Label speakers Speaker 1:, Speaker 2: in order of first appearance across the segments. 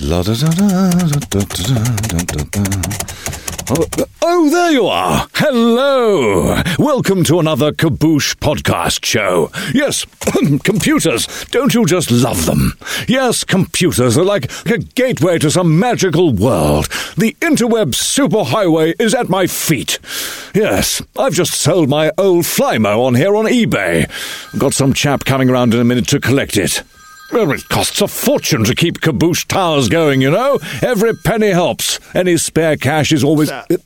Speaker 1: La da da da da da da da da da. Oh, oh, there you are! Hello! Welcome to another Kaboosh podcast show. Yes, computers, don't you just love them? Yes, computers are like a gateway to some magical world. The interweb superhighway is at my feet. Yes, I've just sold my old Flymo on here on eBay. Got some chap coming around in a minute to collect it. Well, it costs a fortune to keep Kaboosh Towers going, you know. Every penny helps. Any spare cash is always.
Speaker 2: Sir.
Speaker 1: Uh,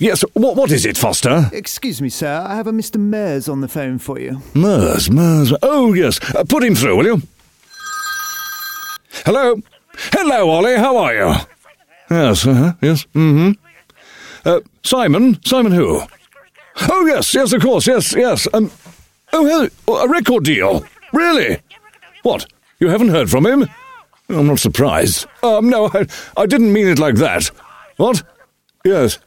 Speaker 1: Yes, what, what is it, Foster?
Speaker 2: Excuse me, sir. I have a Mr. Mears on the phone for you.
Speaker 1: Mers, Mers. Oh, yes. Uh, put him through, will you? Hello? Hello, Ollie. How are you? Yes, uh-huh, yes. Mm-hmm. Uh, Simon? Simon who? Oh, yes, yes, of course, yes, yes. Um, oh, hell, oh, a record deal. Really? What? You haven't heard from him? I'm not surprised. Um, no, I, I didn't mean it like that. What? Yes.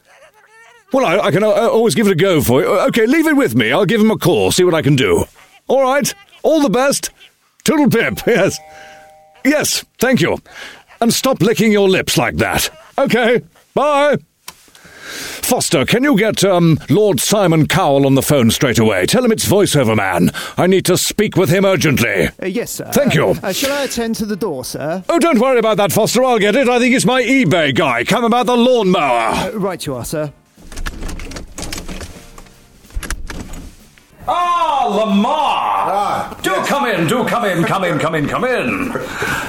Speaker 1: Well, I, I can uh, always give it a go for you. Uh, Okay, leave it with me. I'll give him a call, see what I can do. All right. All the best. Toodle pip, yes. Yes, thank you. And stop licking your lips like that. Okay, bye. Foster, can you get um, Lord Simon Cowell on the phone straight away? Tell him it's voiceover man. I need to speak with him urgently.
Speaker 2: Uh, yes, sir.
Speaker 1: Thank you.
Speaker 2: Uh, uh, shall I attend to the door, sir?
Speaker 1: Oh, don't worry about that, Foster. I'll get it. I think it's my eBay guy. Come about the lawnmower.
Speaker 2: Uh, right, you are, sir.
Speaker 1: Ah, Lamar!
Speaker 3: Ah,
Speaker 1: do come in, do come in, come in, come in, come in.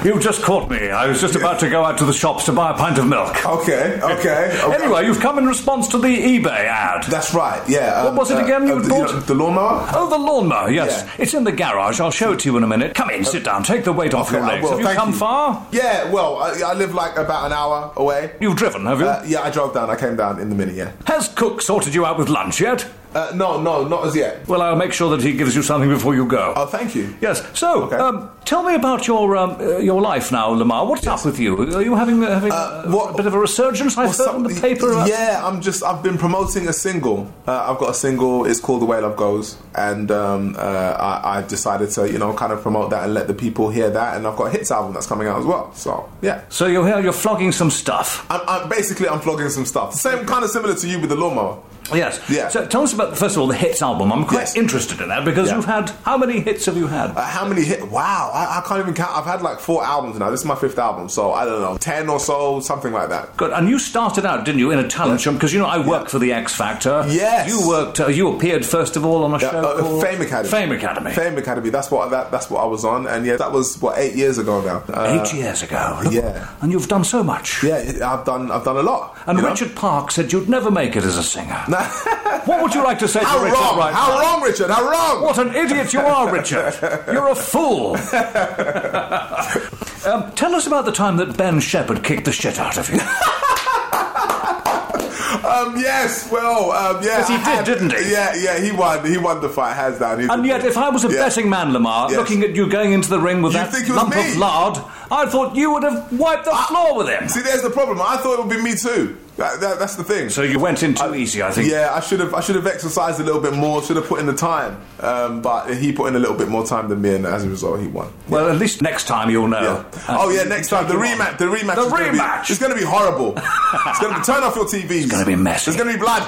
Speaker 1: You've just caught me. I was just about to go out to the shops to buy a pint of milk.
Speaker 3: Okay, okay. okay.
Speaker 1: Anyway, you've come in response to the eBay ad.
Speaker 3: That's right, yeah. uh,
Speaker 1: What was it again you
Speaker 3: the,
Speaker 1: bought?
Speaker 3: know, the lawnmower?
Speaker 1: Oh, the lawnmower, yes.
Speaker 3: Yeah.
Speaker 1: It's in the garage. I'll show it to you in a minute. Come in, sit down, take the weight off
Speaker 3: Okay,
Speaker 1: your
Speaker 3: I
Speaker 1: legs.
Speaker 3: will,
Speaker 1: Have you
Speaker 3: Uh, thank
Speaker 1: come far?
Speaker 3: Yeah, well, I, I live like about an hour away.
Speaker 1: You've driven, have you?
Speaker 3: Uh, yeah, I drove down, I came down in the minute, yeah.
Speaker 1: Has Cook sorted you out with lunch yet?
Speaker 3: Uh, no, no, not as yet.
Speaker 1: Well, I'll make sure that he gives you something before you go.
Speaker 3: Oh, thank you.
Speaker 1: Yes. So,
Speaker 3: Okay.
Speaker 1: um, tell me about your um, uh, your life now, Lamar. What's up with you? Are you having, having uh,
Speaker 3: what-
Speaker 1: a bit of a resurgence? I've
Speaker 3: Well,
Speaker 1: heard in
Speaker 3: some-
Speaker 1: the paper. uh, about-
Speaker 3: Yeah, I'm just. I've been promoting a single. Uh, I've got a single. It's called "The Way Love Goes," and um, uh, I, I decided to, you know, kind of promote that and let the people hear that. And I've got a hits album that's coming out as well. So yeah,
Speaker 1: So you're here. You're flogging some stuff.
Speaker 3: I'm, I'm basically I'm vlogging some stuff. Same kind of similar to you with the lawnmower.
Speaker 1: Yes.
Speaker 3: Yeah.
Speaker 1: So tell us about first of all the hits album. I'm quite
Speaker 3: Yes.
Speaker 1: interested in that because
Speaker 3: Yeah.
Speaker 1: you've had how many hits have you had?
Speaker 3: Uh, how many hit? Wow, I, I can't even count. I've had like four albums now. This is my fifth album, so I don't know, ten or so, something like that.
Speaker 1: Good. And you started out, didn't you, in a talent show? Because you know I worked for the X Factor.
Speaker 3: uh, Yes.
Speaker 1: You worked. Uh, you appeared first of all on a show
Speaker 3: Uh, uh,
Speaker 1: called
Speaker 3: Fame Academy.
Speaker 1: Fame Academy.
Speaker 3: Fame Academy. That's what that, that's what I was on, and yeah, that was what eight years ago now. Uh,
Speaker 1: Eight years ago. Look,
Speaker 3: yeah.
Speaker 1: And you've done so much.
Speaker 3: Yeah, I've done I've done a lot.
Speaker 1: And
Speaker 3: you know?
Speaker 1: Richard Park said you'd never make it as a singer. what would you like to say to
Speaker 3: How
Speaker 1: Richard
Speaker 3: wrong?
Speaker 1: right
Speaker 3: how
Speaker 1: now?
Speaker 3: wrong, Richard? How wrong?
Speaker 1: What an idiot you are, Richard. You're a fool. um, tell us about the time that Ben Shepherd kicked the shit out of you.
Speaker 3: Um, yes, well, um, yeah.
Speaker 1: Yes, he
Speaker 3: I
Speaker 1: did, didn't he?
Speaker 3: Yeah, yeah, he won. He won the fight, hands down. He
Speaker 1: and
Speaker 3: did.
Speaker 1: yet, if I was a
Speaker 3: Yeah.
Speaker 1: betting man, Lamar,
Speaker 3: Yes.
Speaker 1: looking at you going into the ring with
Speaker 3: You
Speaker 1: that
Speaker 3: think it was
Speaker 1: lump
Speaker 3: me? Ah.
Speaker 1: of lard, I thought you would have wiped the floor with him.
Speaker 3: See, there's the problem. I thought it would be me too. That, that, that's the thing.
Speaker 1: So you went in too easy, I think.
Speaker 3: Yeah, I should have I should have exercised a little bit more. Should have put in the time, um, but he put in a little bit more time than me, and as a result, he won.
Speaker 1: Well, at least next time you'll know. Uh,
Speaker 3: oh yeah, next time the
Speaker 1: you on.
Speaker 3: rematch. The rematch.
Speaker 1: The
Speaker 3: is gonna be-
Speaker 1: rematch.
Speaker 3: it's going to be horrible. it's going to be turn off your TVs. It's
Speaker 1: gonna be messy.
Speaker 3: It's going to be blood.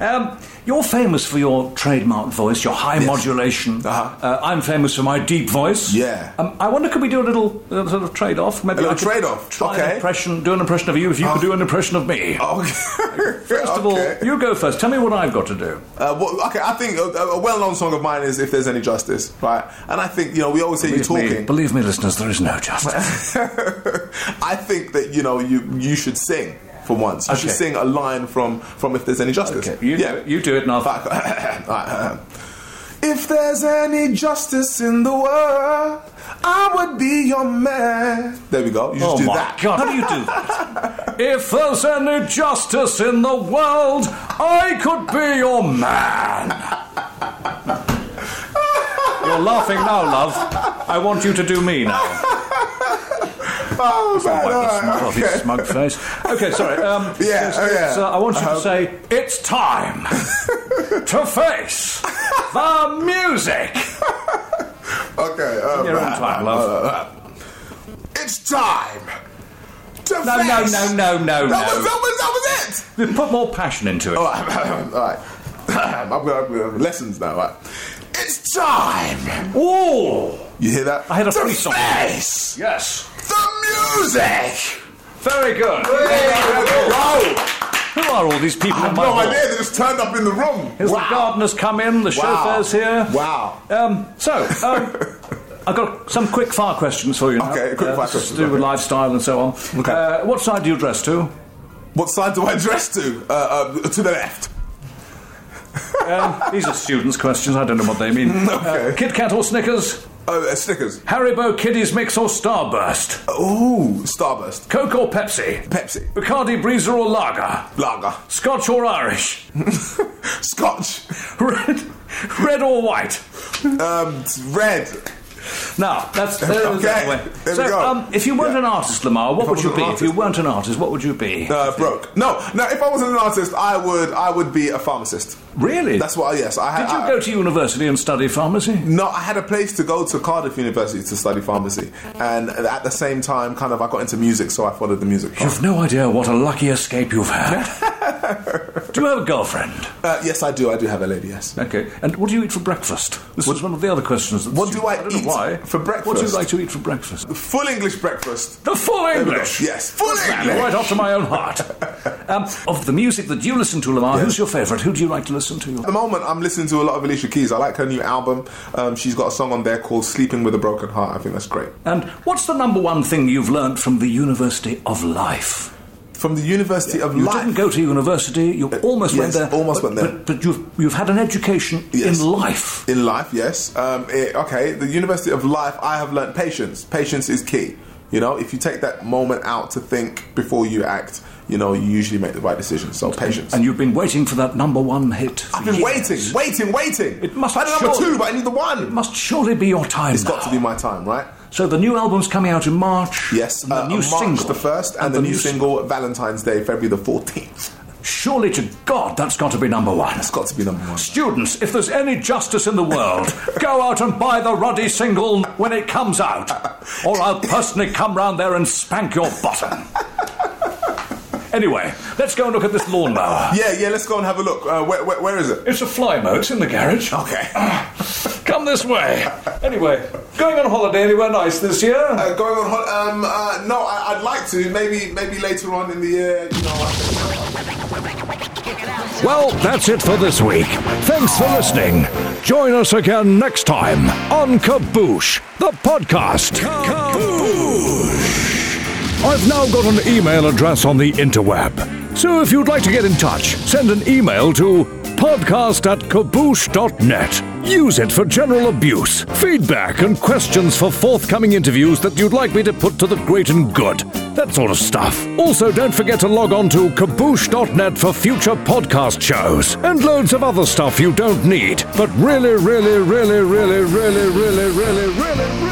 Speaker 1: Um, you're famous for your trademark voice, your high modulation.
Speaker 3: Uh-huh.
Speaker 1: Uh, I'm famous for my deep voice.
Speaker 3: Yeah.
Speaker 1: Um, I wonder, could we do a little uh, sort of trade off? Maybe
Speaker 3: A little
Speaker 1: I could
Speaker 3: trade-off?
Speaker 1: Try an
Speaker 3: Okay. Uh-huh.
Speaker 1: impression. Do an impression of you. If you could do an impression of me.
Speaker 3: Oh, Okay.
Speaker 1: First of all,
Speaker 3: Okay.
Speaker 1: you go first. Tell me what I've got to do.
Speaker 3: Uh, well, okay, I think a, a well-known song of mine is "If There's Any Justice," right? And I think you know we always hear you
Speaker 1: Believe me-
Speaker 3: talking.
Speaker 1: believe me, listeners, there is no justice.
Speaker 3: I think that you know you you should sing for once. You should
Speaker 1: Okay.
Speaker 3: sing a line from from "If There's Any Justice."
Speaker 1: Okay, you,
Speaker 3: yeah.
Speaker 1: do, it- you do it, and I'll.
Speaker 3: Fuck. Alright, if there's any justice in the world, I would be your man. There we go. You just
Speaker 1: Oh
Speaker 3: do
Speaker 1: my
Speaker 3: that.
Speaker 1: God! How do you do that? if there's any justice in the world, I could be your man. You're laughing now, love. I want you to do me now.
Speaker 3: Oh, man,
Speaker 1: Wipe the
Speaker 3: alright,
Speaker 1: smug off his
Speaker 3: okay.
Speaker 1: smug face. Okay, sorry. Um,
Speaker 3: Yeah,
Speaker 1: so-
Speaker 3: oh, yeah.
Speaker 1: so I want you to
Speaker 3: Uh-huh.
Speaker 1: say it's time to face the music.
Speaker 3: Okay,
Speaker 1: your own
Speaker 3: alright,
Speaker 1: time,
Speaker 3: uh, alright,
Speaker 1: love.
Speaker 3: alright. next time to
Speaker 1: No, no,
Speaker 3: face-
Speaker 1: no, no, no,
Speaker 3: That was, Oh.
Speaker 1: no.
Speaker 3: that was, that was it.
Speaker 1: We Put more passion into it.
Speaker 3: All right, all right. I'm going to have lessons now. Right. It's time.
Speaker 1: Whoa!
Speaker 3: You hear that?
Speaker 1: I had a
Speaker 3: to
Speaker 1: funny song.
Speaker 3: face
Speaker 1: Yes.
Speaker 3: the music.
Speaker 1: Very good. Who are all these people in
Speaker 3: I have
Speaker 1: my
Speaker 3: no
Speaker 1: hall?
Speaker 3: idea. They just turned up in the room.
Speaker 1: Here's the gardener's come in, the
Speaker 3: Wow.
Speaker 1: chauffeur's here.
Speaker 3: Wow.
Speaker 1: Um, so, um, I've got some quick fire questions for you now.
Speaker 3: Okay, quick fire
Speaker 1: this is
Speaker 3: questions,
Speaker 1: To do with
Speaker 3: okay.
Speaker 1: lifestyle and so on.
Speaker 3: Okay.
Speaker 1: Uh, what side do you dress to?
Speaker 3: What side do I dress to? Uh, uh, to the left.
Speaker 1: Um, these are students' questions, I don't know what they mean.
Speaker 3: okay.
Speaker 1: Uh, Kit Kat or Snickers?
Speaker 3: Oh, uh, Snickers.
Speaker 1: Haribo Kiddies Mix or Starburst?
Speaker 3: Ooh, Starburst.
Speaker 1: Coke or Pepsi?
Speaker 3: Pepsi.
Speaker 1: Bacardi Breezer or Lager?
Speaker 3: Lager.
Speaker 1: Scotch or Irish?
Speaker 3: Scotch.
Speaker 1: Red, red or white?
Speaker 3: Um, red.
Speaker 1: Now, that's uh,
Speaker 3: Okay,
Speaker 1: that way.
Speaker 3: there we
Speaker 1: so,
Speaker 3: go.
Speaker 1: Um, if you weren't
Speaker 3: Yeah.
Speaker 1: an artist, Lamar, what
Speaker 3: If I
Speaker 1: would you
Speaker 3: wasn't
Speaker 1: be?
Speaker 3: an
Speaker 1: If you
Speaker 3: artist.
Speaker 1: weren't an artist, what would you be?
Speaker 3: Uh, broke. No, no. If I wasn't an artist, I would. I would be a pharmacist.
Speaker 1: really?
Speaker 3: That's what. I, yes, I had.
Speaker 1: Did you
Speaker 3: I-
Speaker 1: go to university and study pharmacy?
Speaker 3: No, I had a place to go to Cardiff University to study pharmacy, and at the same time, kind of, I got into music, so I followed the music.
Speaker 1: You've no idea what a lucky escape you've had. do you have a girlfriend?
Speaker 3: Uh, yes, I do. I do have a lady. Yes.
Speaker 1: Okay. And what do you eat for breakfast? This was one of the other questions. That the
Speaker 3: What
Speaker 1: student-
Speaker 3: do I
Speaker 1: don't know
Speaker 3: eat
Speaker 1: why.
Speaker 3: for
Speaker 1: What do you
Speaker 3: breakfast?
Speaker 1: like to eat for breakfast?
Speaker 3: Full English breakfast.
Speaker 1: The full
Speaker 3: There we go.
Speaker 1: English.
Speaker 3: Yes, full
Speaker 1: Man,
Speaker 3: English.
Speaker 1: Right off to my own heart. Um, of the music that you listen to, Lamar, who's your favourite? Who do you like to listen to?
Speaker 3: At the moment, I'm listening to a lot of Alicia Keys. I like her new album. Um, she's got a song on there called "Sleeping with a Broken Heart." I think that's great.
Speaker 1: And what's the number one thing you've learnt from the University of Life?
Speaker 3: From the University of
Speaker 1: You
Speaker 3: Life. Uh,
Speaker 1: didn't go to university. You almost went there.
Speaker 3: yes, almost
Speaker 1: but,
Speaker 3: went there.
Speaker 1: But, but you've you've had an education
Speaker 3: Yes.
Speaker 1: in life.
Speaker 3: In life, yes. Um, eh, okay, the University of Life, I have learnt patience. Patience is key. You know, if you take that moment out to think before you act, you know, you usually make the right decision. So, patience.
Speaker 1: And you've been waiting for that number one hit. for
Speaker 3: I've been
Speaker 1: years.
Speaker 3: waiting, waiting, waiting.
Speaker 1: It must
Speaker 3: I had a number
Speaker 1: surely-
Speaker 3: two, but I need the one.
Speaker 1: It must surely be your time.
Speaker 3: it's got to be my time, right?
Speaker 1: So the new album's coming out in March.
Speaker 3: Yes,
Speaker 1: and the
Speaker 3: uh,
Speaker 1: new
Speaker 3: March
Speaker 1: single,
Speaker 3: the 1st and, the, new
Speaker 1: s-
Speaker 3: single, Valentine's Day, February the 14th.
Speaker 1: Surely to God, that's got to be number one.
Speaker 3: It's got to be number one.
Speaker 1: Students, if there's any justice in the world, go out and buy the Roddy single when it comes out, or I'll personally come round there and spank your bottom. Anyway, let's go and look at this lawnmower.
Speaker 3: Yeah, yeah, let's go and have a look. Uh, where, where, where is it?
Speaker 1: It's a fly mower, it's in the garage.
Speaker 3: Okay. Uh,
Speaker 1: Come this way. Anyway, going on holiday anywhere nice this year?
Speaker 3: Uh, going on, hol- um, uh, no, I, I'd like to. Maybe, maybe later on in the year, you know. I can-
Speaker 4: Well, that's it for this week. Thanks for listening. Join us again next time on Kaboosh, the podcast. Kaboosh! I've now got an email address on the interweb. So if you'd like to get in touch, send an email to podcast at kaboosh.net. Use it for general abuse, feedback, and questions for forthcoming interviews that you'd like me to put to the great and good. That sort of stuff. Also, don't forget to log on to kaboosh.net for future podcast shows and loads of other stuff you don't need, but really, really, really, really, really, really, really, really, really.